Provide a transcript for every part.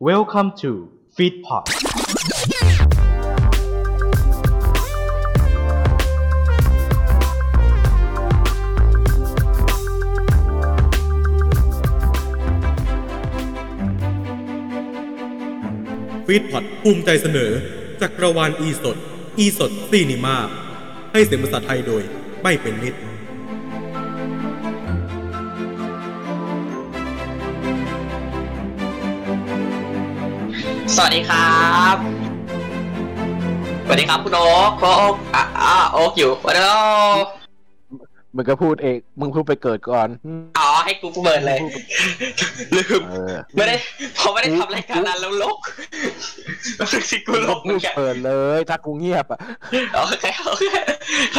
Welcome to Feedpot ฟีดพอดภูมิใจเสนอจักรวาลอีสด อีสดซีนิมา ให้เสียงภาษาไทยโดย ไม่เป็นมิตร สวัสดีครับ สวัสดีครับคุณโอ๊คโอ๊คอ่ะอ่ะโอ๊คอยู่วันนี้ มึงก็พูดเอง มึงพูดไปเกิดก่อน อ๋อให้กูเบิร์นเลยลืม เออ ไม่ได้เขาไม่ได้ทำรายการนั้นแล้วล กแล้วสิกูลกเห พู มือ ด นกัน เปิดเลย ถ้ากูเงียบอ่ะ โอเคโอเค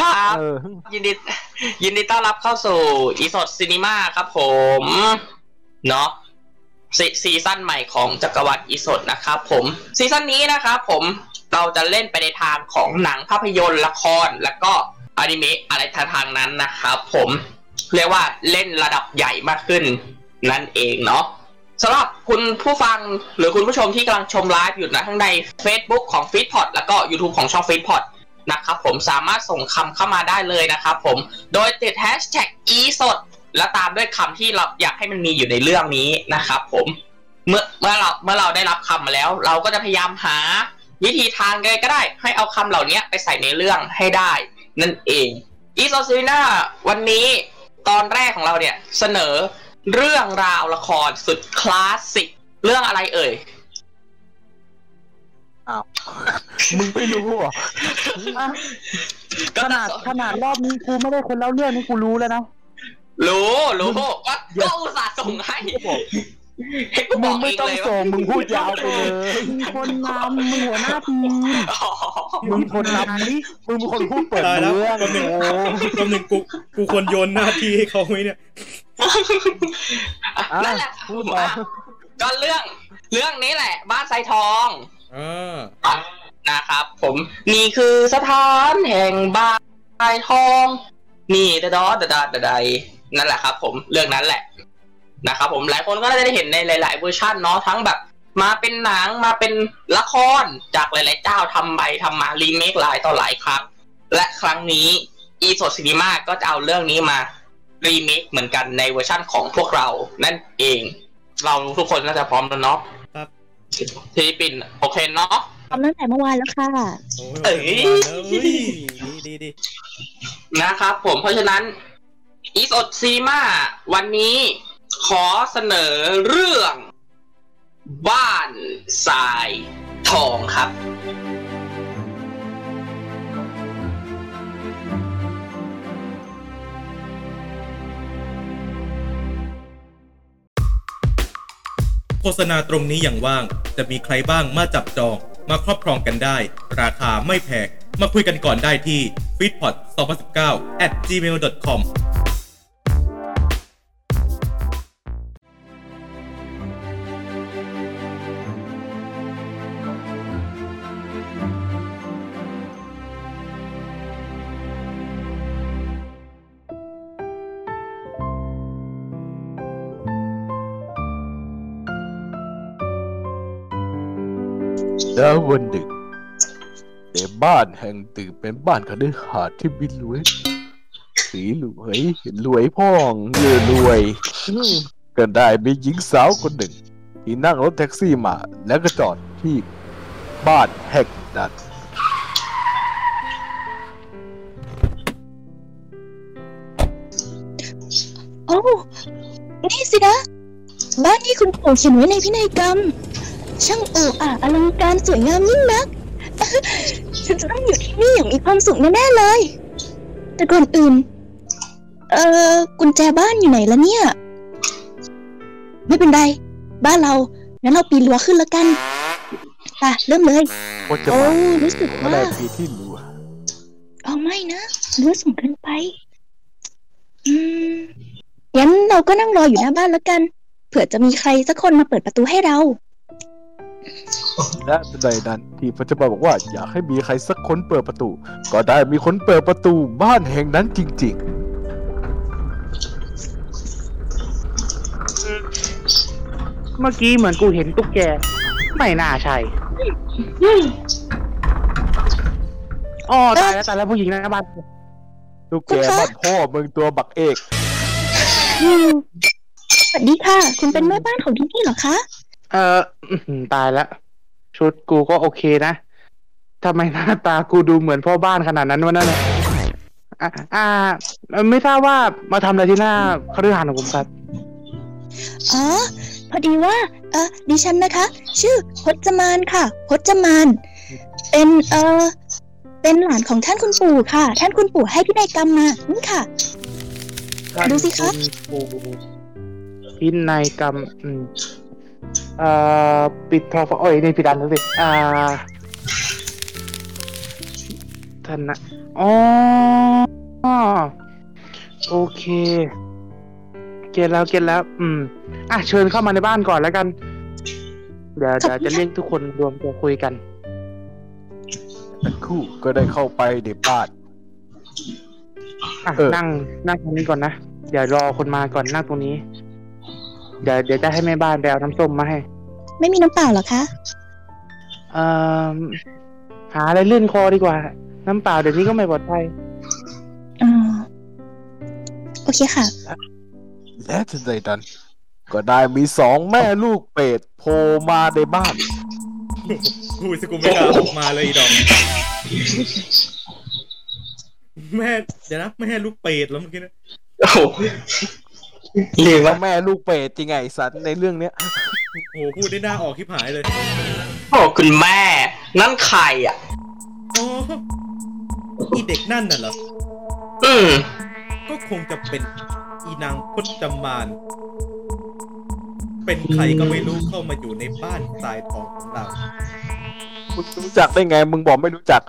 ครับ เออ ยินดี ยินดีต้อนรับเข้าสู่อีสดซีนีมาครับผม เนาะซซีซั่นใหม่ของจักรวรรดิอีสดนะครับผม ซีซั่นนี้นะครับผมเราจะเล่นไปในทางของหนังภาพยนตร์ละครแล้วก็อนิเมะอะไรทางทางนั้นนะครับผมเรียกว่าเล่นระดับใหญ่มากขึ้น นั่นเองเนาะสำหรับคุณผู้ฟังหรือคุณผู้ชมที่กำลังชมไลฟ์อยู่นะทั้งใน Facebook ของ f e e d p o t แล้วก็ YouTube ของช่อง f e e d p o t นะครับผมสามารถส่งคำเข้ามาได้เลยนะครับผมโดยติดแฮชแท็กอีสดและตามด้วยคำที่เราอยากให้มันมีอยู่ในเรื่องนี้นะครับผมเมื่อเมื่อเราเมื่อเราได้รับคำมาแล้ว เราก็จะพยายามหาวิธีทางใดก็ได้ ให้เอาคำเหล่านี้ไปใส่ในเรื่องให้ได้ นั่นเองอีสดซีน่าวันนี้ตอนแรกของเราเนี่ยเสนอเรื่องราวละครสุดคลาสสิกเรื่องอะไรเอ่ย มึงไม่รู้เหรอ ก็ ขนาดขนาดรอบนี้กูไม่ได้คนเล่าเรื่องนี่กูรู้แล้วนะ รู้รู้ว่าก็อุตส่าห์ส่งให้ให้กูบ มึ อง ก ไม่ เอง ต้อง เลย ส่ ว่า ง มึงพูดยาวไปเลย มีคนนำมีหัวหน้าทีม อ๋อ มึงคนรับนี้ มึงเป็นคนพูดเปิดเรื่ตาองยแล้ว โอ้ ตำหนึ่งกูกูควรโยนหน้าที่ให้เขาไหมเนี่ย อ่ะ นั่นแหละ พูดต่อ ก็เรื่อง เรื่องนี้แหละ บ้านไซทอง อ่า นะครับ ผมนี่คือสถานแห่งบ้านไซทอง นี่ดะดอดะดาดะใดนั่นแหละครับ ผมเรื่องนั้นแหละนะครับผมหลายคนก็น่าจะได้เห็นในหลาย ๆ เวอร์ชันเนาะทั้งแบบ มาเป็นหนังมาเป็นละครจากหลาย ๆ เจ้าทำไปทำมารีเมคหลายต่อหลายครั้ง และครั้งนี้อีสดซีนีมาก็จะเอาเรื่องนี้มารีเมคเหมือนกันในเวอร์ชั่นของพวกเรา นั่นเอง เราทุกคนน่าจะพร้อมแล้วเนาะ ครับ ฟิลิปปินส์โอเคเนาะ ทำตั้งแต่เมื่อวานแล้วค่ะ โอ้ เอ้ ย ย เฮ้ยดีดีดี นะครับผมเพราะฉะนั้นอีสดซีมาวันนี้ขอเสนอเรื่อง บ้านทรายทองครับ โฆษณาตรงนี้อย่างว่าง จะมีใครบ้างมาจับจอง มาครอบครองกันได้ ราคาไม่แพงมาคุยกันก่อนได้ที่ f e e d p o t 2019 at gmail.com แล้ววันดึกในบ้านแห่งตึกเป็นบ้านคฤหาสน์ที่วิรวย สีรวยรวยพ่องเรือรวยอืมก็ได้มีหญิงสาวคนหนึ่ง ที่นั่งรถแท็กซี่มา แล้วก็จอดที่บ้านแห่งนั้น โอ้นี่สินะ บ้านที่คุณปู่เขียนไว้ในพินัยกรรม ช่างอู่อ่าอลังการสวยงามยิ่งนัก ฉันจะต้องอยู่ที่นี่อย่างมีความสุขแน่ๆเลย แต่ก่อนอื่น เอ่อกุญแจบ้านอยู่ไหนละเนี่ย ไม่เป็นไร บ้านเรา งั้นเราปีนรั้วขึ้นแล้วกันไปเริ่มเลย ก็จะ โอ้ มา รู้สึก เมื่อ ว่า ไรปีที่รัว เอาไม่นะรั้วสูงเกินไป อืมงั้นเราก็นั่งรออยู่หน้าบ้านแล้วกัน เผื่อจะมีใครสักคนมาเปิดประตูให้เรา และในนั้นที่พระเจ้าบอกว่าอยากให้มีใครสักคนเปิดประตู ก็ได้มีคนเปิดประตูบ้านแห่งนั้นจริง เมื่อกี้เหมือนกูเห็นตุ๊กแก ไม่น่าใช่อ๋อตายแล้วตายแล้วผู้หญิงหนะบ้าน ลูกแกบ้านพ่อมึงตัวบักเอก สวัสดีค่ะ คุณเป็นแม่บ้านของที่นี่เหรอคะ เอออื้อหือตายแล้วชุดกูก็โอเคนะทำไมหน้าตากูดูเหมือนพ่อบ้านขนาดนั้นวะนั่นน่ะอ่ะอ่า ไม่ทราบว่ามาทำอะไรที่หน้าคฤหาสน์ของผมครับ อ๋อ พอดีว่า เออดิฉันนะคะ ชื่อพจมานค่ะ พจมาน เป็นเออเป็นหลานของท่านคุณปู่ค่ะ ท่านคุณปู่ให้พินัยกรรมมานี่ค่ะ ดูสิคะ พินัยกรรมอืมเอ่อปิดทอฟเอ้ยในพิดันแล้วสิอ่าท่านนะอ๋อโอเค เก็ตแล้วเก็ตแล้ว อืม อ่ะ เชิญเข้ามาในบ้านก่อนแล้วกัน เดี๋ยวเดี๋ยวจะเรียกทุกคนรวมตัวคุยกัน ทั้งคู่ก็ได้เข้าไปในบ้าน อ่ะ เออ นั่งนั่งตรงนี้ก่อนนะ เดี๋ยวรอคนมาก่อนนั่งตรงนี้ เดี๋ยวเดี๋ยวจะให้แม่บ้านไปเอาน้ำส้มมาให้ ไม่มีน้ำเปล่าเหรอคะ เอ่อหาอะไรเลื่อนคอดีกว่า น้ำเปล่าเดี๋ยวนี้ก็ไม่ปลอดภัย อ๋อ โอเคค่ะ และทันใดนั้นก็ได้มีสองแม่ลูกเป็ดโผล่มาในบ้าน กูสกูไม่กล้าออกมาเลยอีดอมแม่เดี๋ยวนะแม่ลูกเปรตแล้วเมื่อกี้นะ โอ้โหลืมว่า แม่ลูกเป็ดจริงไงสันในเรื่องเนี้ย โอ้โหพูดได้หน้าออกที่หายเลย โอ้คุณแม่ นั่นใครอ่ะ อ๋ออีเด็กนั่นน่ะเหรอ อืม ก็คงจะเป็นอีนางพจมาน เป็นใครก็ไม่รู้เข้ามาอยู่ในบ้านทรายทองของเรา มึงรู้จักได้ไง มึงบอกไม่รู้จัก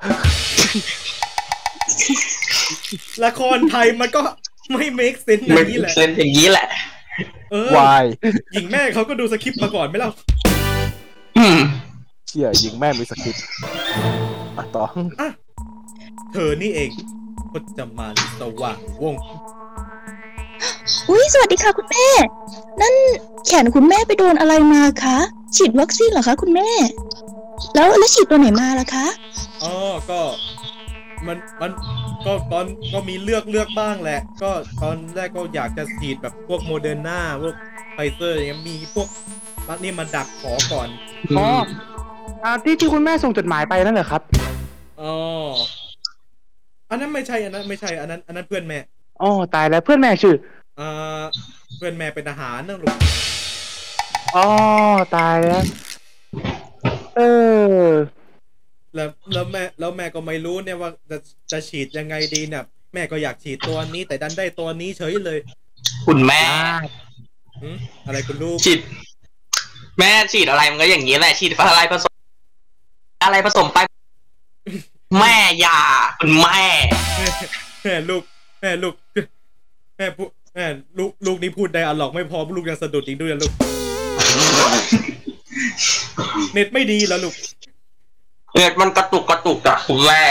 ละครไทยมันก็ไม่ make sense อ มัน ย่างนี้แหละ เล่นอย่างนี้แหละ เออ วาย หญิงแม่เขาก็ดูสคริปต์มาก่อนไหม่เล่า อืม เชี่ยยิงแม่มีสคริปต์อ่ะต่อ เธอนี่เองพจมานสว่างวงศ์ อุ้ยสวัสดีค่ะคุณแม่ นั่นแขนคุณแม่ไปโดนอะไรมาคะ ฉีดวัคซีนเหรอคะคุณแม่ แล้วแล้วฉีดตัวไหนมาล่ะคะ อ๋อ ก็มันมันก็ตอนก็มีเลือกเลือกบ้างแหละ ก็ตอนแรกก็อยากจะฉีดแบบพวกโมเดอร์นาพวกไฟเซอร์อย่างเงี้ยมีพวกบัตนี่มาดักขอก่อน อ๋ออ่าที่ที่คุณแม่ส่งจดหมายไปนั่นเหรอครับ อ๋อ อันนั้นไม่ใช่ อันนั้นไม่ใช่ อันนั้น อันนั้นเพื่อนแม่ อ๋อ ตายแล้วเพื่อนแม่ชื่อ อ่า เพื่อนแม่เป็นทหารนั่งลูก อ๋อ ตายแล้ว เออ แล้วแล้วแม่ แล้วแม่ก็ไม่รู้เนี่ยว่าจะจะฉีดยังไงดีเนี่ย แม่ก็อยากฉีดตัวนี้ แต่ดันได้ตัวนี้เฉยเลย คุณแม่ หึอะไรคุณลูก ฉีด แม่ฉีดอะไรมันก็อย่างนี้แหละ ฉีดอะไรผสม อะไรผสมไป แม่อยาคุณแม่ แม่ลูก แม่ลูก แม่พูดแม่ลูกลูกนี้พูดไดอะล็อกไม่พอลูกยังสะดุดอีกด้วยนะลูก เน็ตไม่ดีแล้วลูก เน็ตมันกระตุกกระตุกอะคุณแม่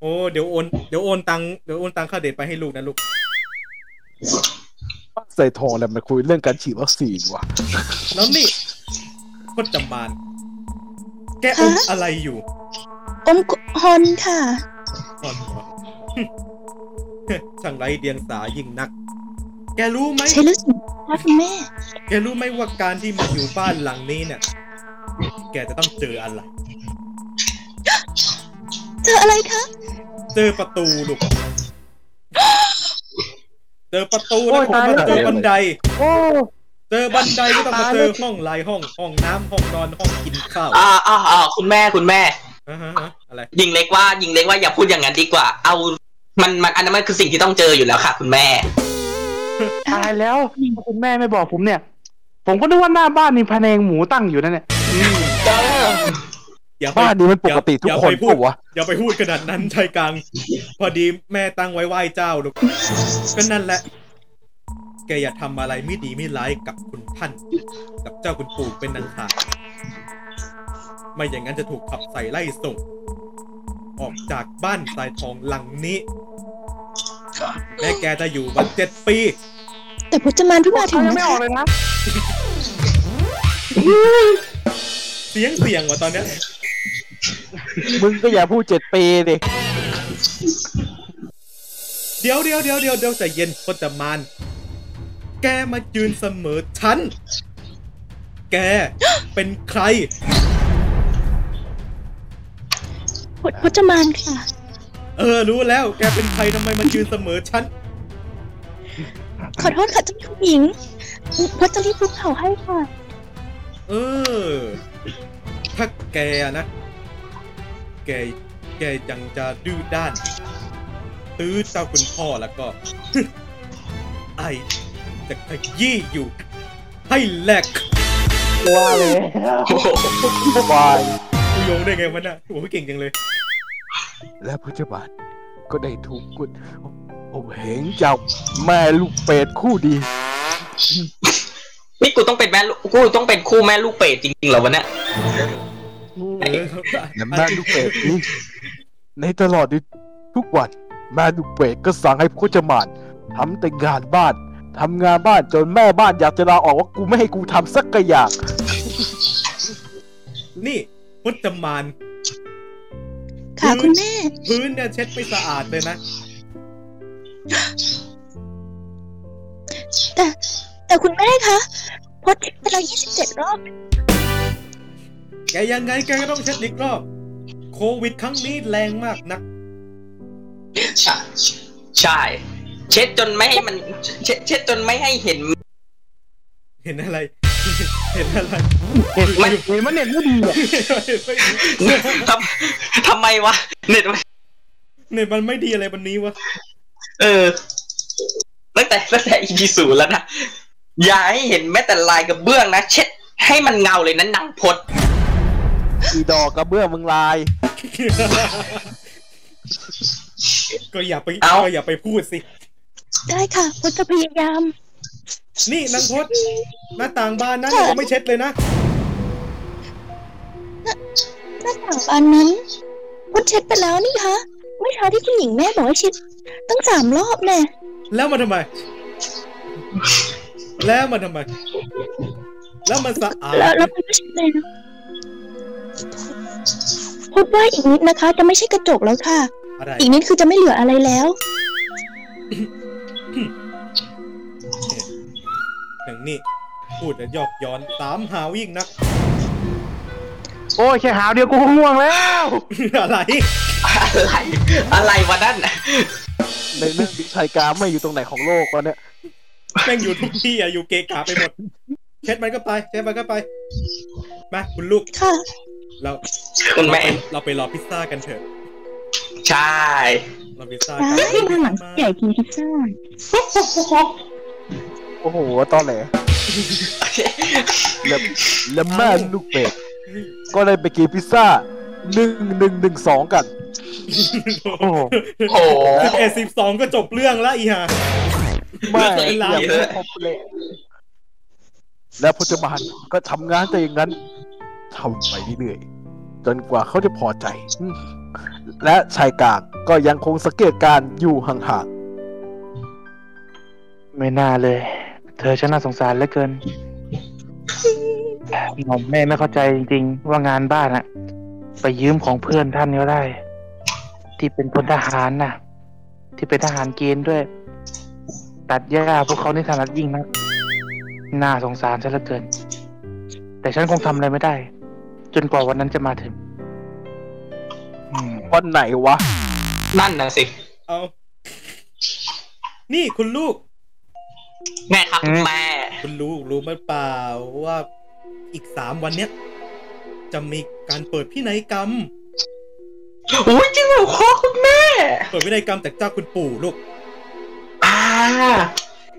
โอ้ เดี๋ยวโอน เดี๋ยวโอนตังค์เดี๋ยวโอนตังค่าเด็ดไปให้ลูกนะลูก ใส่ทองแล้วมาคุยเรื่องการฉีดวัคซีนว่ะ แล้วนี่พจมาน แกอมอะไรอยู่ อมฮอนค่ะ ก่อนหัวช่างไรเดียงสายิ่งนัก แกรู้ไหม ใช้แล้วสิคะคุณแม่ แกรู้ไหมว่าการที่มาอยู่บ้านหลังนี้เนี่ย แกจะต้องเจออะไร เจออะไรคะ เจอประตูลูก เจอประตูแล้ว โอ้ย ผม ตาย ก็ แล้ว เจอบันได โอ้ เจอบันไดก็ต้องมา ตาย เจ แล้ว อห้องลายห้อง ห้องน้ำห้องนอนห้องกินข้าว อ่าอ่าอ่าคุณแม่คุณแม่ อ่าฮะอะไร ยิงเล็กว่า ยิงเล็กว่าอย่าพูดอย่างนั้นดีกว่า เอา มันมันอันนั้นมันคือสิ่งที่ต้องเจออยู่แล้วค่ะ คุณแม่ ตายแล้วคุณแม่ไม่บอกผมเนี่ย ผมก็นึกว่าหน้าบ้านมีพะแนงหมูตั้งอยู่นั่นเนี่ย อย่าไป บ้านนี้มันปกติทุกคอนย่าไปพูด ปะวะ อย่าไปพูดขนาดนั้นชายกลาง พอดีแม่ตั้งไว้ไหว้เจ้าลูกก็นั่นแหละ แกอย่าทำอะไรไม่ดีไม่ร้ายกับคุณท่าน กับเจ้าคุณปู่เป็นนังขาดไม่อย่างนั้นจะถูกขับใส่ไล่ส่ง ออกจากบ้านสายทองหลังนี้ และแกจะอยู่วันเจ็ดปี แต่พจมานเพิ่งมาถึง เขายัง นะ ไม่อ คะ อกเลยนะ เสียงเสียงว่ะตอนเนี้ย มึงก็อย่าพูดเจ็ดปีดิ เดี๋ยวเดี๋ยวเดี๋ยวเดี๋ยวเดี๋ยวใจเย็นคนแต่มาน แกมายืนเสมอฉัน แกเป็นใคร พจพจมานค่ะ เออรู้แล้ว แกเป็นใครทำไมมายืนเสมอฉัน ขอโทษค่ะเจ้าคุณหญิงพจจะรีบภูเขาให้ค่ะ เออ ถ้าแกนะ แก แกยังจะดื้อด้าน ตื้อเจ้าคุณพ่อแล้วก็ ไอจะขยี้อยู่ ให้แหลก โอ้โห วาย กูโยงได้ไงวะน่ะโอ้โหเก่งจังเลย และพุทธบาทก็ได้ถูกกุดอบเหงจากแม่ลูกเป็ดคู่ดี นี่กูต้องเป็นแม่ลูกกูต้องเป็นคู่แม่ลูกเป็ดจริงๆเหรอวะเนี่ย เออ และแม่ลูกเป็ดนี้ในตลอดทุกวัน แม่ลูกเป็ดก็สั่งให้พุทธมานทำแต่งานบ้านทำงานบ้านจนแม่บ้านอยากจะลาออกว่ากูไม่ให้กูทำสักกะอย่าง นี่พจมาน ค่ะคุณแม่ พื้นเนี่ยเช็ดไม่สะอาดเลยนะ แต่แต่คุณแม่คะพจน์เป็นเรา27 รอบ แกยังไงแกก็ต้องเช็ดอีกรอบ โควิดครั้งนี้แรงมากนัก ใช่ใช่ เช็ดจนไม่ให้มัน เช็ดเช็ดจนไม่ให้เห็น เห็นอะไร เห็นอะไร เห็นเห็นมันเน็ตไม่ดีอ่ะ ทำทำไมวะเน็ตมัน เนี่ยมันไม่ดีอะไรวันนี้วะ เออตั้งแต่ตั้งแต่ EP ศูนย์แล้วนะ อย่าให้เห็นแม้แต่ลายกระเบื้องนะ เช็ดให้มันเงาเลยนะหนังพด อีดอกกระเบื้องมึงลาย ก็อย่าไป เอ้า ก็อย่าไปพูดสิ ได้ค่ะพจน์จะพยายาม นี่นางพดหน้าต่างบานนะเนี่ยก็ไม่เช็ดเลยนะ หน้าต่างบานนั้นพจน์เช็ดไปแล้วนี่คะเมื่อเช้าที่คุณหญิงแม่บอกให้เช็ดตั้งสามรอบแน่ แล้วมันทำไม แล้วมันทำไม แล้วมันสะอาด แล้วแล้วมันก็เช็ดเลยนะพจน์ว่าอีกนิดนะคะ จะไม่ใช่กระจกแล้วค่ะ อะไร อีกนิดคือจะไม่เหลืออะไรแล้ว หนึ่งนี่ พูดแล้วยอกย้อนตามหาวิ่งนัก โอ้ยแค่หาวเดียวกูก็ง่วงแล้ว อะไร อะไร อะไรวะนั่น ในเรื่องวิชายการไม่อยู่ตรงไหนของโลกวะเนี่ย แม่งอยู่ทุกที่อะอยู่เกะกะไปหมด เช็ดมันก็ไป เช็ดมันก็ไป มาคุณลูก ค่ะ เรา คุณแม่ เราไปรอพิซซ่ากันเถอะ ใช่ รอพิซซ่า ร้า กัน นอาหารใหญ่กินพิซซ่า โอ้โหตอนแหล และและแม่ลูกเป็ด ก็เลยไปกินพิซซ่าหนึ่งหนึ่งหนึ่งสองกัน โอ้โห โอ้โห สิบเอ็ดสิบสองก็จบเรื่องละอีห่า แม่ เลือกตัวเอง อย่า เย พู อะ ดคอมเละและพจมานก็ทำงานแต่อย่างนั้นทำไปเรื่อยๆจนกว่าเขาจะพอใจอืมและชายกลางก็ยังคงสังเกตการณ์อยู่ห่าง ไม่น่าเลย เธอฉันน่าสงสารเหลือเกินหม่อมแม่ไม่เข้าใจจริงๆ ว่างานบ้านอะไปยืมของเพื่อนท่านก็ได้ ที่เป็นพลทหารน่ะ ที่เป็นทหารเกณฑ์ด้วย ตัดหญ้าพวกเขานี่ถนัดยิ่งนะน่าสงสารซะเหลือเกิน แต่ฉันคงทำอะไรไม่ได้ จนกว่าวันนั้นจะมาถึงอืม ๆวันไหนวะ นั่นนะสิ เอา นี่คุณลูก แม่ครับคุณแม่ คุณรู้รู้ไหมเปล่าว่าอีกสามวันเนี้ย จะมีการเปิดพินัยกรรม อุ้ยจริงเหรอคะคุณแม่ เปิดพินัยกรรมจากเจ้าคุณปู่ลูก อ่า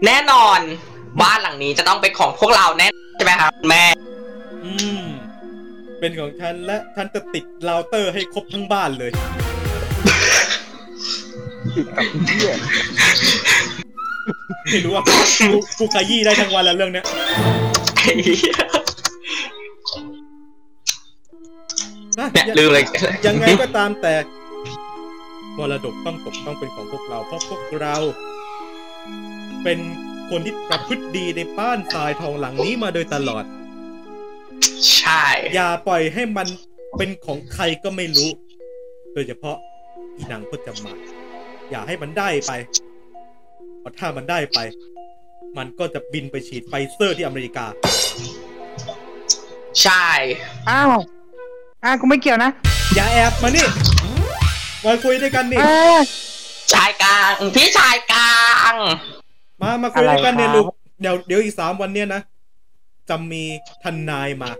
แน่นอน บ้านหลังนี้จะต้องเป็นของพวกเราแน่ใช่ไหมครับคุณแม่ อืม เป็นของฉันและฉันจะติดเราเตอร์ให้ครบทั้งบ้านเลย ไม่รู้ว่ากูกูขยี้ได้ทั้งวันแล้วเรื่องเนี้ย ไอ้เหี้ย นะ เนี่ยลืมเลย ยังไงก็ตามแต่มรดกต้องตกต้องเป็นของพวกเรา เพราะพวกเรา เป็นคนที่ประพฤติดีในบ้านทรายทองหลังนี้มาโดยตลอด ใช่ อย่าปล่อยให้มันเป็นของใครก็ไม่รู้ โดยเฉพาะอีหนังพจมานอย่าให้มันได้ไปเพราะถ้ามันได้ไป มันก็จะบินไปฉีดไฟเซอร์ที่อเมริกา ใช่ อ้าวอ้าวกูไม่เกี่ยวนะ อย่าแอบมานี่มาคุยด้วยกันนี่ เอ้ย ชายกลางพี่ชายกลาง มามาคุยด้วยกันเนี่ย อะไรครับ ลูกเดี๋ยวเดี๋ยวอีกสามวันเนี่ยนะจะมีทนายมา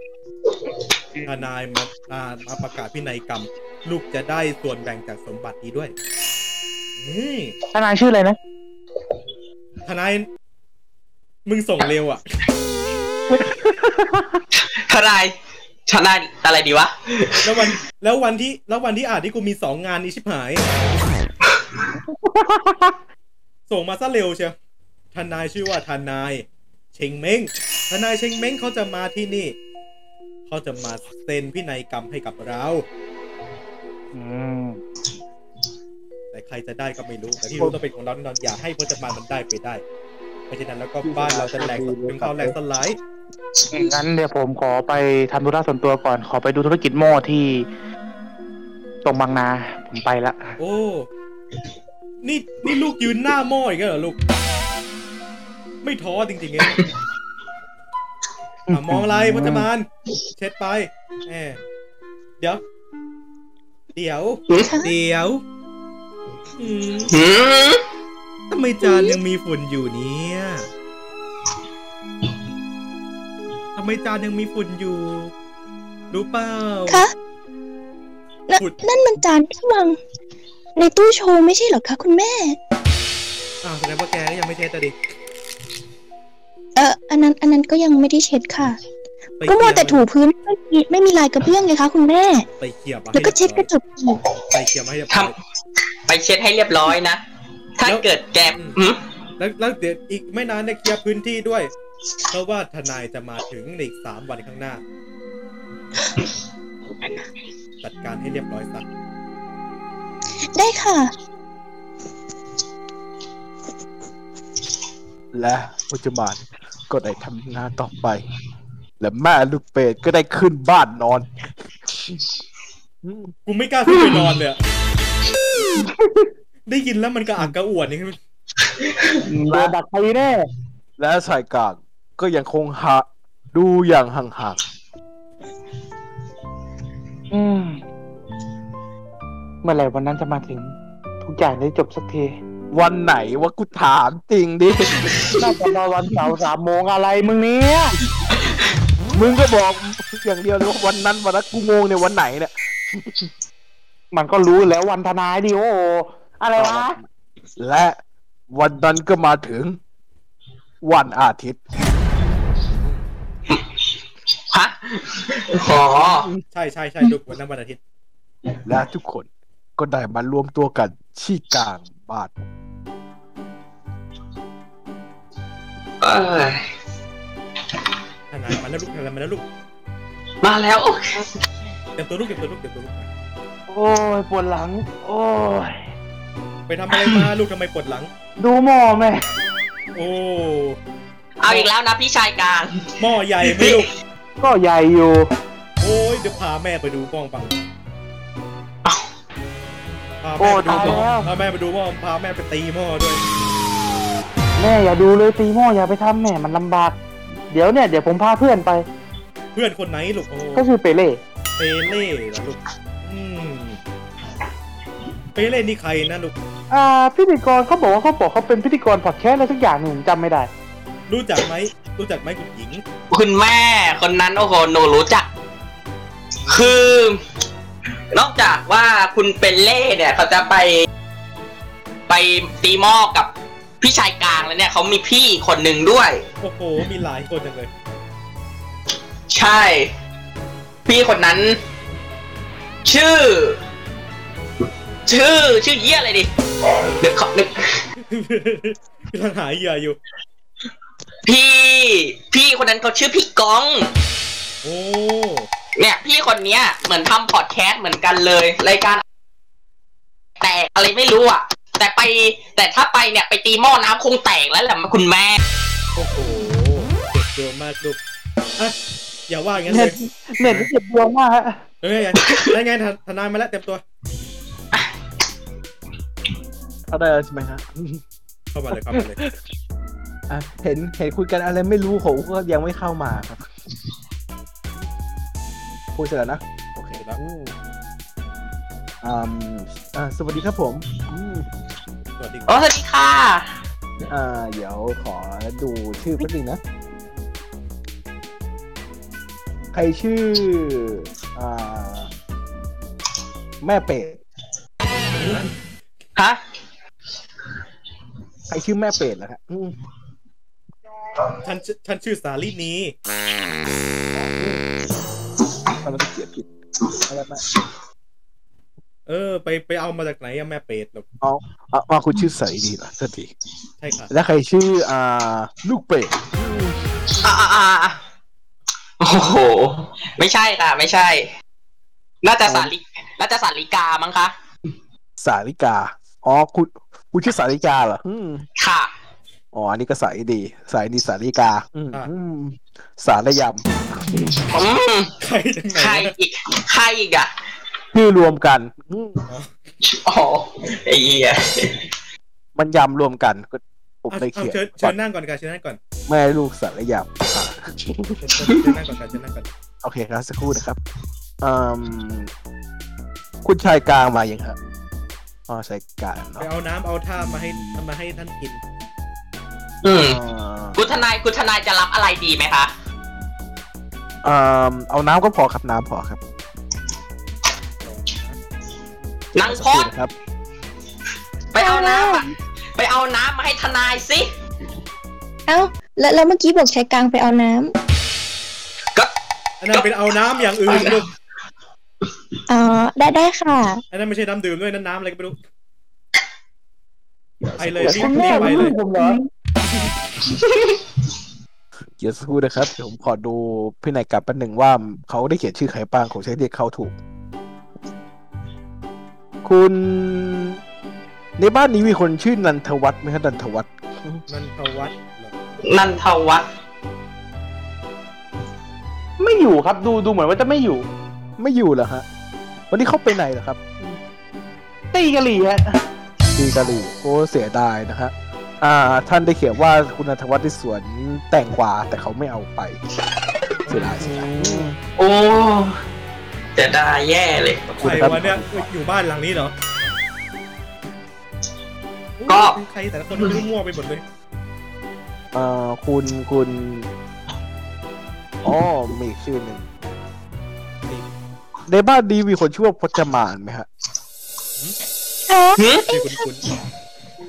ทนายมามามาประกาศพินัยกรรม ลูกจะได้ส่วนแบ่งจากสมบัตินี้ด้วยนี่ ทนายชื่ออะไรนะ ทนาย มึงส่งเร็วอ่ะ ทนาย ทนายอะไรดีวะ แล้ววันแล้ววันที่แล้ววันที่อ่านที่กูมีสองงานนี้ชิบหาย ส่งมาซะเร็วเชียวทนายชื่อว่าทนายเชงเม้งทนายเชงเม้งเขาจะมาที่นี่ เขาจะมาเซ็นพินัยกรรมให้กับเรา อืม แต่ใครจะได้ก็ไม่รู้ แต่ที่รู้ต้องเป็นของเราแน่นอนอย่าให้พจมานมันได้ไปได้เพราะฉะนั้นแล้วก็บ้านเราจะแหลกเป็นความแหลกสลาย งั้นเดี๋ยวผมขอไปทำธุระส่วนตัวก่อน ขอไปดูธุรกิจโม่ที่ ตรงบางนา ผมไปละ โอ้ นี่นี่ลูกยืนหน้าหม้ออีกแล้วเหรอลูก ไม่ท้อจริงๆ เองอ่ะมองอะไรพจมาน เช็ดไปแหมเดี๋ยว เดี๋ยว เดี๋ยวอืม หืม ทำไมจานยังมีฝุ่นอยู่เนี่ยทำไมจานยังมีฝุ่นอยู่ รู้เปล่า คะ ฝุ่น นั่นมันจานที่วางในตู้โชว์ไม่ใช่เหรอคะคุณแม่ อ่ะแสดงว่าแกก็ยังไม่เช็ดแต่ดิ เอออันนั้น อันนั้นก็ยังไม่ได้เช็ดค่ะ ไป ก็มัวแต่ เคลี ถู ยร์ พื้นไม่มีไม่มีลายกระเบื้องเลยคะคุณแม่ ไปเขียบมาให้ แล้วก็เช็ดกระจกอีก ไปเขียบมาให้เรียบ ท ร้อย ำไปเช็ดให้เรียบร้อยนะ ถ้าเกิดแกหืม แล้วแล้วเดี๋ยวอีกไม่นานเนี่ยเคลียร์พื้นที่ด้วย เพราะว่าทนายจะมาถึงในอีกสามวันข้างหน้า จัดการให้เรียบร้อยสัก ได้ค่ะ และปัจจุบันก็ได้ทำงานต่อไป และแม่ลูกเป็ดก็ได้ขึ้นบ้านนอน กูไม่กล้าขึ้นไปนอนเลยอะได้ยินแล้วมันกระอักกระอ่วนนี่ โดนดักไฟแน่ และสายกลางก็ยังคงหาดูอย่างห่าง อืม เมื่อไหร่วันนั้นจะมาถึง ทุกอย่างได้จบสักที ๆ วันไหนว่ากูถามจริงดิ น่าจะรอวันเสาร์สามโมงอะไรมึงเนี่ย มึงก็บอกอย่างเดียวเลยว่าวันนั้นวันนั้นกูงงเนี่ยวันไหนเนี่ย มันก็รู้แล้ววันทนายดิโอโหอะไรวะ และวันนั้นก็มาถึง วันอาทิตย์ ฮะอ๋อ ใช่ใช่ใช่ลูกวันนั้นวันอาทิตย์ และทุกคนก็ได้มารวมตัวกันที่กลางบ้าน เอ้ย ทนายมาแล้วลูกทนายมาแล้วลูก มาแล้วโอ้ย เตรียมตัวลูกเตรียมตัวลูกเตรียมตัวลูก โอ้ยปวดหลัง โอ้ย ไปทำอะไรมาลูกทำไมปวดหลัง ดูหมอแม่ โอ้ เอาอีกแล้วนะพี่ชายกลาง หม้อใหญ่ไหม่ลูก ก็ใหญ่อยู่ โอ้ยเดี๋ยวพาแม่ไปดูบ้องปังพา โอ้ แม่ไปดู ตาย บ้อง แล้ว พาแม่ไปดูบ้องพาแม่ไปตีหม้อด้วย แม่อย่าดูเลยตีหม้ออย่าไปทำแม่มันลำบาก เดี๋ยวเนี่ยเดี๋ยวผมพาเพื่อนไป เพื่อนคนไหนลูกโอ้ ก็คือเปเล่ เปเล่เหรอลูกอืมเปเล่นี่ใครนะลูก อ่าพิธีกรเขาบอกว่าเขาบอกเขาเป็นพิธีกรพอดแคสต์อะไรสักอย่างหนึ่งผมจำไม่ได้ รู้จักไหม รู้จักไหมคุณหญิง คุณแม่คนนั้นโอ้โหหนูรู้จัก คือ นอกจากว่าคุณเปนเล่เนี่ยเขาจะไป ไปตีหม้อกับพี่ชายกลางแล้วเนี่ยเขามีพี่อีกคนหนึ่งด้วย โอ้โห มีหลายคนจังเลย ใช่ พี่คนนั้น ชื่อ ชื่อ ชื่อเยี่ยอะไรดิเดี๋ยวเขาเดี๋ยว กำลังหาเหยื่ออยู่ พี่ พี่คนนั้นเขาชื่อพี่กอง โอ้ เนี่ยพี่คนเนี้ยเหมือนทำพอดแคสต์เหมือนกันเลยรายการ แต่อะไรไม่รู้อ่ะ แต่ไปแต่ถ้าไปเนี่ยไปตีหม้อน้ำคงแตกแล้วแหละคุณแม่ โอ้โหเด็กโดนมากลูกอ่ะ อย่าว่าอย่างนั้น เน็เล ต ย เน็ตเจ็บดวงมากฮะ เฮ้ยไงได้ไงทนทนายมาแล้วเต็มตัว เขาได้แล้วใช่ไหมครับ เข้ามาเลยเข้ามาเลย อ่ะเห็นเห็นคุยกันอะไรไม่รู้ผมก็ยังไม่เข้ามาครับพูดเสร็จแล้วนะ โอเค ครับ อืมอ่าอ่าสวัสดีครับผมอืม สวัสดี โอ้สวัสดีค่ะ อ่าเดี๋ยวขอดูชื่อแป๊บนึงนะ ใครชื่อ อ่า แม่เป็ด ฮะ ใครชื่อแม่เป็ดเหรอครับอืม ฉันฉันชื่อสาลีนี ทำไมต้องเขียนผิดอะไรมา เออ ไปไปเอามาจากไหนอะแม่เป็ดหรอก อ่ะมาคุณชื่อใสดีเหรอสักที ใช่ค่ะ แล้วใครชื่ออ่าลูกเป็ด อ่าอ่าอ่าโอ้โห ไม่ใช่ค่ะ ไม่ใช่ น่าจะสาลิน่าจะสาลิกามั้งคะ สาริกา อ๋อคุณคุณชื่อสาริกาเหรออืม ค่ะ อ๋ออันนี้ก็สายดี สายดีสาริกา อืม อ่ะ อืมสารย อืม ใครจากไหน ใคร วะ อีก ใครอีกอ่ะ ำชื่อรวมกันอืม อ๋อไอ้เหี้ย มันยำรวมกันก็ผม เอา เลย เอา เขียน เชิญเชิญนั่งก่อนค่ะเชิญนั่งก่อน แม่ลูกสารยำอ่ะ เชิญเชิญเชิญนั่งก่อนค่ะเชิญนั่งก่อน โอเคครับสักครู่นะครับอืมคุณชายกลางมายังครับอ๋อชายกลาง ไป เนาะ เอาน้ำเอาท่ามาให้มาให้ท่านกิน อืม อ่า คุณทนายคุณทนายจะรับอะไรดีไหมคะ เอ่อเอาน้ำก็พอครับน้ำพอครับ นางพ ขอบ ด คุณครับ ไปเอาน้ำอะไปเอาน้ำมาให้ทนายสิ เอ้าแล้วแล้วเมื่อกี้บอกชายกลางไปเอาน้ำ อันนั้นเป็นเอาน้ำอย่างอื่นลูก อ๋อได้ได้ค่ะ อันนั้นไม่ใช่น้ำดื่มด้วยนั่นน้ำอะไรก็ไม่รู้ไปเลยรีบ คุณ รี แม่ บ ผ ไป ม เล ลู ย กผมเหรอ เกียรติสู้นะครับเดี๋ยวผมขอดูพินัยกรรมแป๊บหนึ่งว่าเขาได้เขียนชื่อใครบ้างของเช็คเรียกเขาถูก คุณ ในบ้านนี้มีคนชื่อนันทวัฒน์ไหมฮะนันทวัฒน์ นันทวัฒน์เหรอ นันทวัฒน์ ไม่อยู่ครับดูดูเหมือนว่าจะไม่อยู่ ไม่อยู่เหรอฮะ วันนี้เขาไปไหนเหรอครับ ตีกะหรี่ฮะ ดีกะหรี่โอ้เสียดายนะฮะอ่า ท่านได้เขียนว่าคุณนันทวัฒน์ได้สวนแตงกวาแต่เขาไม่เอาไปเสียดายเสียดาย โอ้จะได้แย่เลย ใครวะเนี่ยอยู่บ้านหลังนี้เหรอ ก็ ใครแต่ละคนก็มั่วไปหมดเลย เอ่อคุณคุณอ๋อมีอีกชื่อหนึ่งในบ้านดีมีคนชื่อว่าพจมานไหมฮะ ค่ะ หึ ชื่อคุณคุณ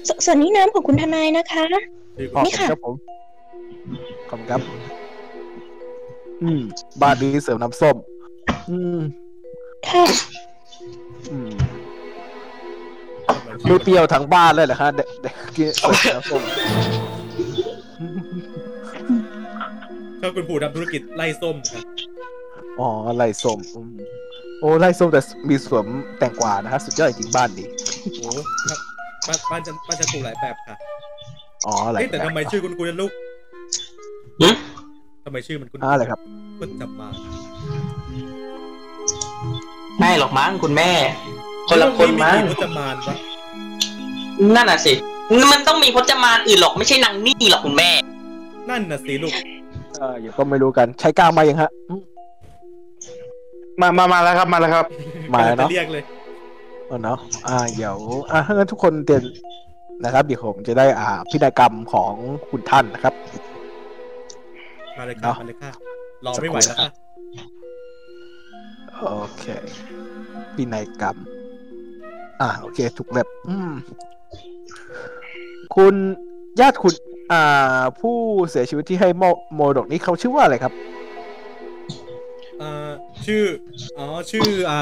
สส่วนนี้น้ำของคุณทนายนะคะ ชื่อคุ อ๋อ ณ นี่ค่ะ ครับผมขอบคุณครับ อืม บ้านดีเสริมน้ำส้ม อืม ค่ะ อืม ชื่อไม่เปรี้ยวทั้งบ้านเลยเหรอฮะเด็กเด็กกินเสริมน้ำส้ม ชอบคุณปู่ทำธุรกิจไล่ส้มครับ อ๋อไล่ส้มอืมโอ้ไล่ส้มแต่มีสวนแตงกวานะฮะสุดยอดจริงๆบ้านดี โอ้โหครับบ้านบ้านจะบ้านจะถูกหลายแบบค่ะ อ๋ออะไร เอ๊ะแต่ทำไมชื่อคุณคุณนะลูก หึ ทำไมชื่อมันคุณ อ่าอะไรครับ คุณจำมา ไม่หรอกมั้งคุณแม่ คนละคนมั้ง เรื่องมีกี่พจมานวะ นั่นน่ะสิ มันต้องมีพจมานอื่นหรอกไม่ใช่นางนี่หรอกคุณแม่ นั่นน่ะสิลูก เอออย่าก็ไม่รู้กันใช้กลางมายังฮะอืม มามามาแล้วครับมาแล้วครับ มาแล้ว กำลังจะ เนาะ เรียกเลย เอาเนาะ อ่า เดี๋ยว อ่าถ้างั้นทุกคนเตรียมนะครับ เดี๋ยวผมจะได้อ่าพินัยกรรมของคุณท่านนะครับ มาเลยค่ะ เนาะ มาเลยค่ะรอไม่ไหวแล้วค่ะ โอเค พินัยกรรม อ่า โอเค ถูกแล้วอืม คุณญาติคุณ อ่า ผู้เสียชีวิตที่ให้โมโมรดกนี้เขาชื่อว่าอะไรครับ เอ่อชื่ออ๋อชื่ออ่า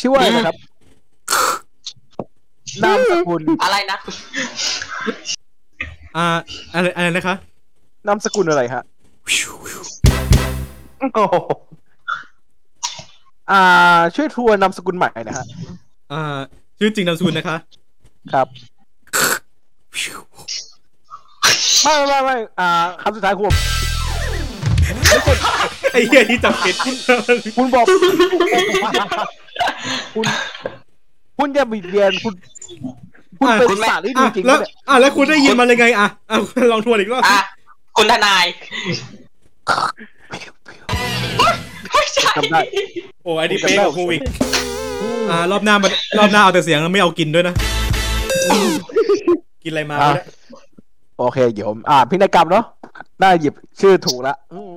ชื่อว่าอะไรนะครับ นามสกุล อะไรนะ อ่าอะไรอะไรนะคะ นามสกุลอะไรฮะ อ่า ช่วยทัวร์นามสกุลใหม่นะฮะ อ่าชื่อจริงนามสกุลนะคะ ครับ ไม่ไม่ไม่อ่าคำสุดท้ายคุณผม ไอ้เหี้ยนี่จับผิด คุณบอก คุณคุณอย่าบิดเบียนคุณ คุณเป็น คุณไม่ ศาสตร์ที่ดี อ่ะ จริงๆ แล้ว เนี่ย อ่ะแล้วคุณได้ยินมาเลยไงอ่ะอ่ะลองทวนอีกรอบ อ่ะคุณทนายไม่ใช่ จำได้ โอ้ไอ้นี่เป๊ะกว่ากูอีกอ่ารอบหน้ามันรอบหน้าเอาแต่เสียงแล้วไม่เอากินด้วยนะ กินอะไรมาไม่อ่ะได้ โอเคเดี๋ยวผมอ่าพินัยกรรมเนาะน่าหยิบชื่อถูกละอืม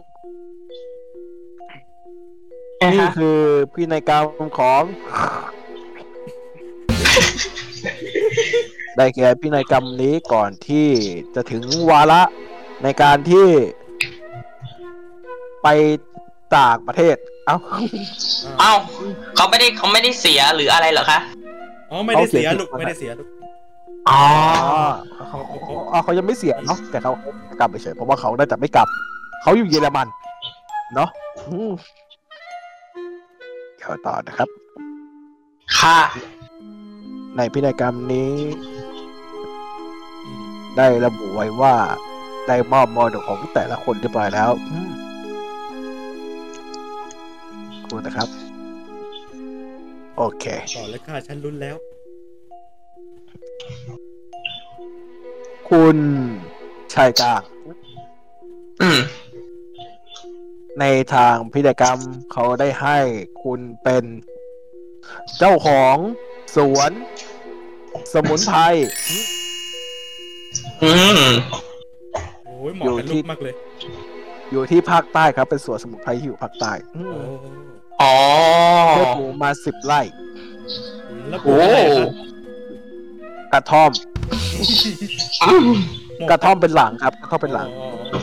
นี่คือพินัยกรรมของ ได้แก่พินัยกรรมนี้ก่อนที่จะถึงวาระในการที่ ไปต่างประเทศ เอ้า เอ้าเขาไม่ได้เขาไม่ได้เสียหรืออะไรเหรอคะ อ๋อไม่ได้เสีย เอาเสียงผิด ลูกไม่ได้เสียลูก อ๋อเขาเขาเขายังไม่เสียเนาะแต่เขากลับไปเฉยเพราะว่าเขาน่าจะไม่กลับ เขาอยู่เยอรมัน เนาะอืมเข้าต่อนะครับ ค่ะ ในพินัยกรรมนี้ ได้ระบุไว้ว่า ได้มอบมรดกของแต่ละคนเรียบร้อยแล้วอืมขอบคุณนะครับ โอเค ต่อแล้วค่ะฉันรุนแล้ว คุณชายกลาง อืม ในทางพิธีกรรมเขาได้ให้คุณเป็นเจ้าของสวน สมุนไพร อืม โอ้ยเหมาะกับ อยู่ที่ ลูกมากเลย อยู่ที่ภาคใต้ครับ เป็นสวนสมุนไพรที่อยู่ภาคใต้อืม โอ้ อ๋อ ได้ปลูกมาสิบไร่ แล้วปลูกอะโอ้ไรอะครับ กระท่อม อืม กระท่อมเป็นหลังครับกระท่อมเป็นหลัง อ๋ออ๋ออ๋อ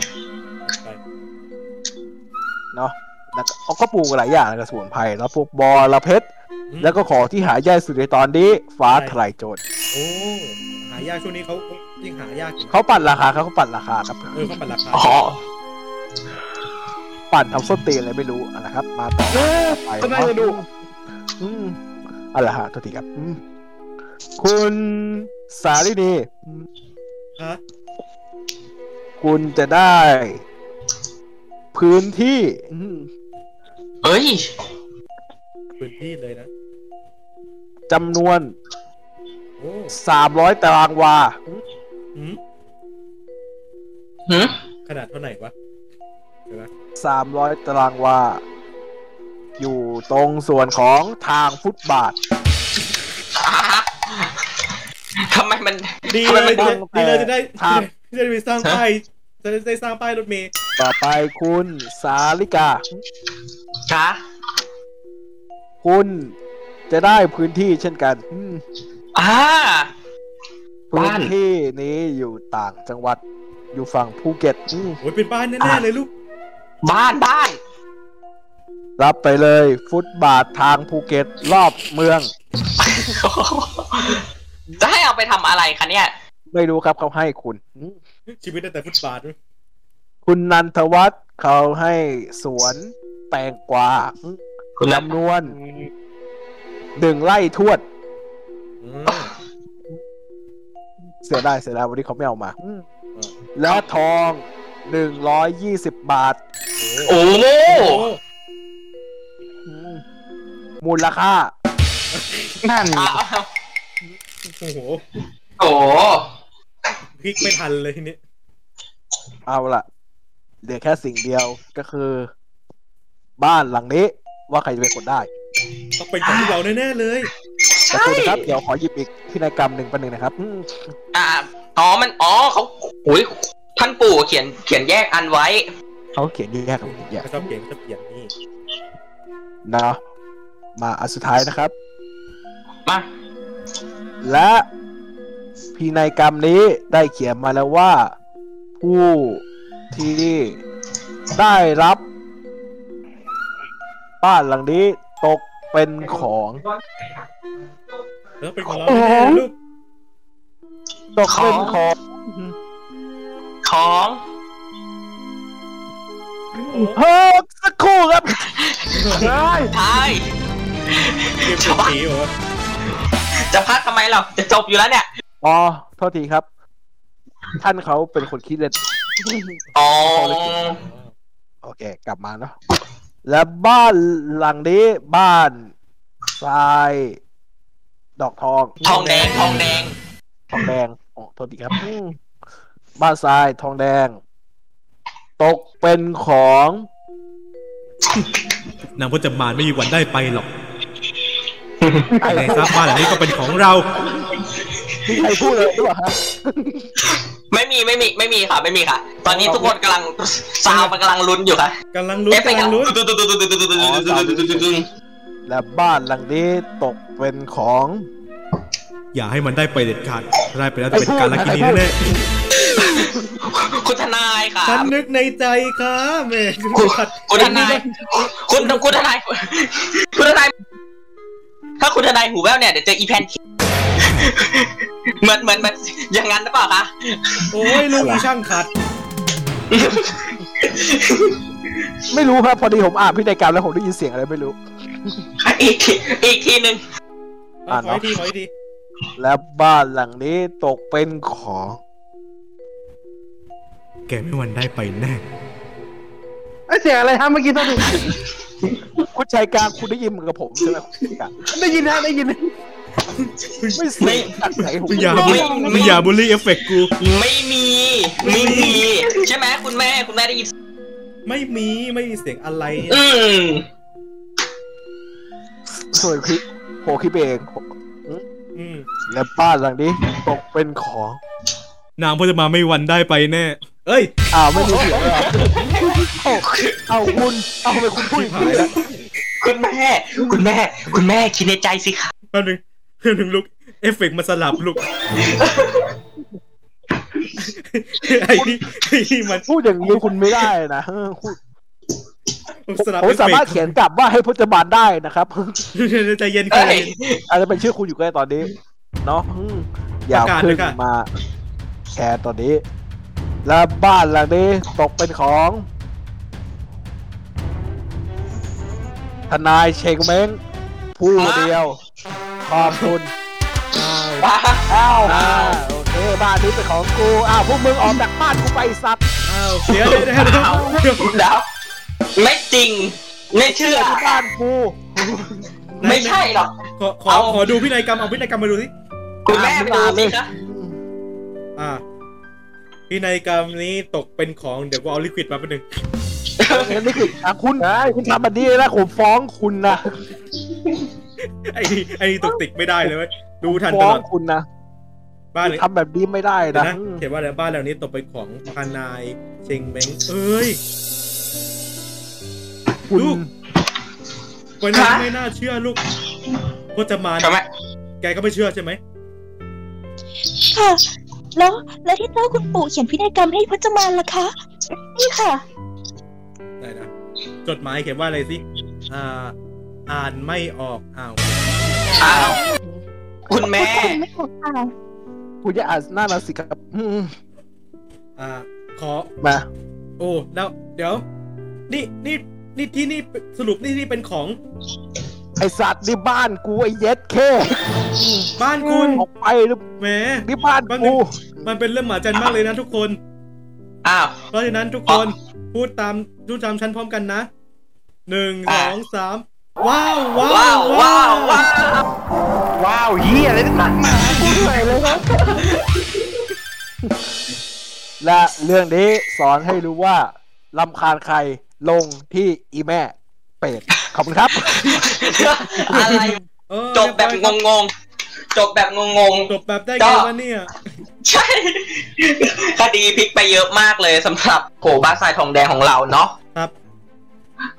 เนาะแล้วก็ก็ปลูกหลายอย่างนะครับสมุนไพรแล้วปลูกบอระเพ็ด อืม แล้วก็ของที่หายากสุดในตอนนี้ฟ้าทลายโจร โอ้หายากช่วงนี้เขายิ่งหายากอยู่นะ เขาปั่นราคาครับเขาปั่นราคาครับ เออเขาปันราคา อ๋อ ปั่นทำส้นตีนอะไรไม่รู้อะนะครับ มาต่อ ไป ก็น่าจะดู อืมเอาละฮะโทษทีครับอืมคุณสาลินีอืม ฮะ คุณจะได้ พื้นที่อืม เอ้ย พื้นที่เลยนะ จำนวน โอ้ 300 ตารางวา หืม หืม ขนาดเท่าไหร่วะเดี๋ยวนะ 300 ตารางวา อยู่ตรงส่วนของทางฟุตบาท ทำไมมัน ดีเลย ทำไมมัน ดีเลยจะได้ ครับ จะได้ไปสร้างป้ายจะได้สร้างป้ายรถเมล์ ต่อไปคุณสาลิกา คะ คุณจะได้พื้นที่เช่นกันอืม อ่า พื้ บ้านน ที่นี้อยู่ต่างจังหวัด อยู่ฝั่งภูเก็ตอืม โอ้ยเป็นบ้านแน่ๆเลยลูก บ้านบ้าน รับไปเลยฟุตบาททางภูเก็ตรอบเมือง จะให้เอาไปทำอะไรคะเนี่ย ไม่รู้ครับเขาให้คุณ ชีวิตได้แต่ฟุตบาทเลย คุณนันทวัฒน์เขาให้สวนแตงกวา คุณนับ จำนวนหนึ่งไร่ทวด อืม เสียได้เสียได้วันนี้เขาไม่เอามา และทองหนึ่งร้อยยี่สิบบาท โอ้โห โอ้ มูลค่า นั่น อ่ะ โอ้โห โอ้โห พลิกไม่ทันเลยทีนี้ เอาละเหลือแค่สิ่งเดียวก็คือ บ้านหลังนี้ ว่าใครจะเป็นคนได้ ต้องเป็นของพวกเราแน่ๆเลย แต่ ใช่ คุณนะครับ เดี๋ยวขอหยิบอีกพินัยกรรมหนึ่งประหนึ่งนะครับอืม อ่าอ๋อ มัน อ๋อเขาอุ้ยท่านปู่เขียน เขียนแยกอันไว้ เขาเขียนแยกกันแยก ชอบเขียนชอบเขียนนี่ นะ มาอันสุดท้ายนะครับ มา และพินัยกรรมนี้ได้เขียนมาแล้วว่า ผู้ที่ได้รับบ้านหลังนี้ตกเป็นของ เออเป็นของเราแน่ๆเลยลูก ตกเป็นของ ของ เฮ้ยสักครู่ครับได้ ใช่ เกมเศรษฐีเหรอวะ จะพักทำไมเราจะจบอยู่แล้วเนี่ย อ๋อโทษทีครับ ท่านเขาเป็นคนคิดเลย อ๋อ โอเค กลับมาเนาะและบ้านหลังนี้บ้านทราย ดอกทอง ทองแดง ทองแดง ทองแดงโอ้โทษทีครับอืมบ้านทรายทองแดง ตกเป็นของ นางพจมานไม่มีวันได้ไปหรอกในทราบบ้านหลังนี้ก็เป็นของเรา มีใครพูดเลยหรือเปล่าฮะ ไม่มีไม่มีไม่มีค่ะ ไม่มีค่ะ ตอนนี้ทุกคนกำลังซาวมันกำลังลุ้นอยู่ค่ะ กำลังลุ้น เอฟเฟกต์ กำลั อะ งลุ้น และบ้านหลังนี้ตกเป็นของ อย่าให้มันได้ไปเด็ดขาดได้ไปแล้วจะเป็นการละกินีแน่ คุณทนายค่ะ ฉันนึกในใจค่ะแหม่ คุณคุณทนายคุณคุณทนายคุณทนาย ถ้าคุณทนายหูแว่วเนี่ยเดี๋ยวเจออีแพนเค้กเหมือนเหมือนเหมือนอย่างนั้นหรือเปล่าคะ โอ้ยลุงอีช่างขัด ไม่รู้ครับพอดีผมอ่านพิธีกรรมแล้วผมได้ยินเสียงอะไรไม่รู้ อีกทีอีกทีหนึ่ง อ่ะ ขอ เนอะ ให้ดีขอให้ดี และบ้านหลังนี้ตกเป็นของ ๆแกไม่มีวันได้ไปแน่ ไอยเสียงอะไรฮะเมื่อกี้ตอนนี้ คุณชายกลางคุณได้ยินเหมือนกับผมใช่ไหมคุณชายกลาง ได้ยินฮะได้ยิน ไม่เสียงจากไหนผม อย่าบุลมึงอย่าบุลลี่เอฟเฟกต์กู ไม่มีไม่มี ใช่ไหมคุณแม่คุณแม่ได้ยิน ไม่มีไม่มีเสียงอะไร อืม ส่วนคลิปโหคลิปเอง อืม และบ้านหลังนี้ตกเป็นของ นางพจมานไม่มีวันได้ไปแน่ เอ้ย อ้าวไม่มีเสียงเลยเหรอเอาเอาคุณเอาไปคุณพูดอีกทีนะ คุณแม่ คุณแม่ คุณแม่คิดในใจสิคะ แป๊บนึงแป๊บนึงลุก เอฟเฟกต์มันสลับลุก ไอ้นี่ไอ้นี่มัน พูดอย่างนี้คุณไม่ได้นะเออคุณ มันสลับ ผม เอฟเฟ สามารถ กต์ เขียนกลับว่าให้พจบาลได้นะครับ ใจเย็นใจ เอ้ย เย็น อาจจะเป็นชื่อคุณอยู่ก็ได้ตอนนี้เนาะอืมอย่า ประกาศ เพึ่ง ประกาศ มาแชร์ตอนนี้ และบ้านหลังนี้ตกเป็นของทนายเชงเม้งผู้เดียว ขอบคุณ อ้าวอ้าวโอเค บ้านนี้เป็นของกู อ้าว พวกมึงออกจากบ้านกูไปสัตว์ อ้าวเดี๋ยวเดี๋ยวเดี๋ยวเดี๋ยวเดี๋ยว เดาวไม่จริง ไม่เชื่อ ที่บ้านกู ไม่ใช่หรอก ขอขอ เอา ขอดูพินัยกรรมเอาพินัยกรรมมาดูสิ คุณแม่ไปดูสิคะ อ่าพินัยกรรมนี้ตกเป็นของเดี๋ยวกูเอาลิควิดมาแป๊บนึง นั่นนี่คืออ่ะคุณคุณทำแบบนี้นะผมฟ้องคุณนะ ไอ้นี่ไอ้นี่ตกติกไม่ได้เลยเว้ยดูทันต ฟ้ลอง อด คุณนะ บ้านเลย ทำแบบนี้ไม่ได้ เดี๋ยว นะ นะเขียนว่าอะไรบ้านหลังนี้ตกเป็นของพานายเชงเม้งเอ้ย คุณ ลูก วันนี้ไม่น่าเชื่อลูกพจมาน ทำไม แกก็ไม่เชื่อใช่ไหม ค่ะ แล้วแล้วที่เจ้าคุณปู่เขียนพินัยกรรมให้พจมานล่ะคะ นี่ค่ะ ได้นะจดหมายเขียนว่าอะไรสิอ่า อ่านไม่ออกอ้าว อ้าวคุณแม่ ไม่ถูกค่ะ คุณจะอ่านหน้ามาสิครับอืม อ่า ขอ มา โอ้แล้วเดี๋ยว นี่นี่นี่ที่นี่สรุปนี่นี่เป็นของ ไอสัตว์นี่บ้านกูไอเย็ดเค บ้านคุณ ออกไปหรือ แหม นี่บ้าน บ้านมึ กู ง มันเป็นเรื่องหมาจันมากเลยนะทุกคน อ้าว เพราะฉะนั้นทุกคนพูดตามพูดตามฉันพร้อมกันนะหนึ่งส อ่ะ องสามว้าวว้า ว้าววว้าวว้าว ว้าวเฮียอะไรนักหนา กูเหนื่อยเลยครับ และเรื่องนี้สอนให้รู้ว่าลำคาญใครลงที่อีแม่เป็ดขอบคุณครับ อะไร เออ จบแบบ เรียร้อย งงๆ จบแบบงง จบแบบได้ ก็ ไงวะเนี่ย ๆ ใช่ คดีพลิกไปเยอะมากเลยสำหรับโผบ้าทรายทองแดงของเราเนาะ ครับ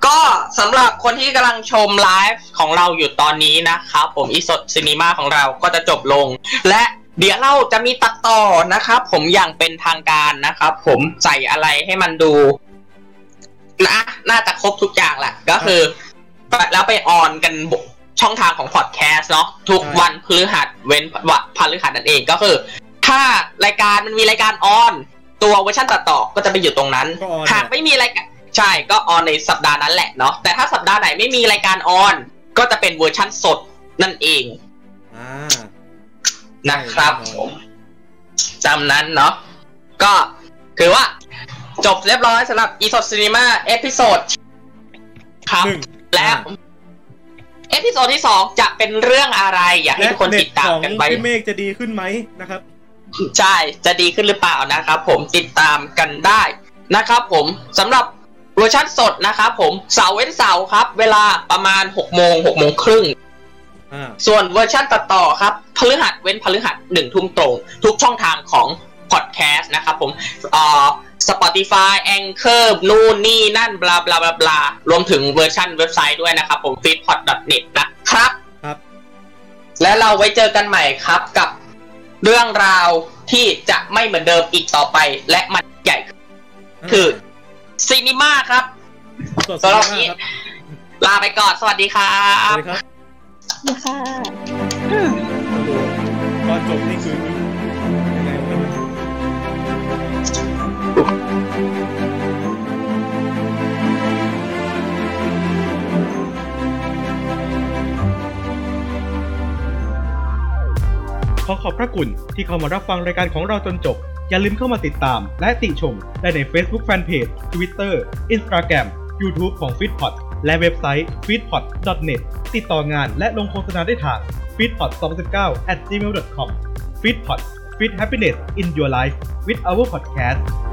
ก็สำหรับคนที่กำลังชมไลฟ์ของเราอยู่ตอนนี้นะครับผมอีสดซีนีมาของเราก็จะจบลง และเดี๋ยวเราจะมีตัดต่อนะครับผมอย่างเป็นทางการนะครับผมใส่อะไรให้มันดู นะน่าจะครบทุกอย่างแหละ ก็คือ แล้วไปออนกันบช่องทางของพอดแคสต์เนาะทุกวันพฤหัสเว้นวันพฤหัสนั่นเองก็คือ ถ้ารายการมันมีรายการออน ตัวเวอร์ชันตัดต่อก็จะไปอยู่ตรงนั้น ก็ออน หากไม่มีรายการใช่ก็ออนในสัปดาห์นั้นแหละเนาะแต่ถ้าสัปดาห์ไหนไม่มีรายการออน ก็จะเป็นเวอร์ชันสดนั่นเอง อ่า นะครับผมจำนั้นเนาะ ก็ถือว่า จบเรียบร้อยสำหรับอีสดซีนีมาเอพิโซดครับ หนึ่ง แล้ว เอพิโซดที่สองจะเป็นเรื่องอะไร อยากให้ และ ทุกคน เน็ต ติดตา ข ม อง กันไป พี่เมฆจะดีขึ้นไหมนะครับ ใช่ จะดีขึ้นหรือเปล่านะครับผมติดตามกันได้นะครับผมสำหรับเวอร์ชันสดนะครับผมเสาร์เว้นเสาร์ครับ เวลาประมาณ6โมง6โมงครึ่ง อ่า ส่วนเวอร์ชันตัดต่อครับพฤหัสเว้นพฤหัสหนึ่งทุ่มตรง ทุกช่องทางของพอดแคสต์นะครับผมเอ่อ Spotify Anchor นู่นนี่นั่น บลาบลาบลาบลารวมถึงเวอร์ชันเว็บไซต์ด้วยนะครับผม feedpod.net นะครับ ครับ และเราไว้เจอกันใหม่ครับกับเรื่องราวที่จะไม่เหมือนเดิมอีกต่อไป และมันใหญ่ขึ้นคือซีนีมาครับ สด สำหรับ มาก นี้ ครับ ลาไปก่อน สวัสดีครับสวัสดีครับ นะคะ ตอนจบนี่คือยังไงวะ ขอขอบพระคุณที่เข้ามารับฟังรายการของเราจนจบ อย่าลืมเข้ามาติดตาม และติชมได้ใน Facebook Fanpage Twitter Instagram YouTube ของ f e e d p o t และเว็บไซต์ f e e d p o t n e t ติดต่องานและลงโฆษณาได้ทาง f e e d p o t 2019 at gmail.com f e e d p o t f e e d happiness in your life with our podcast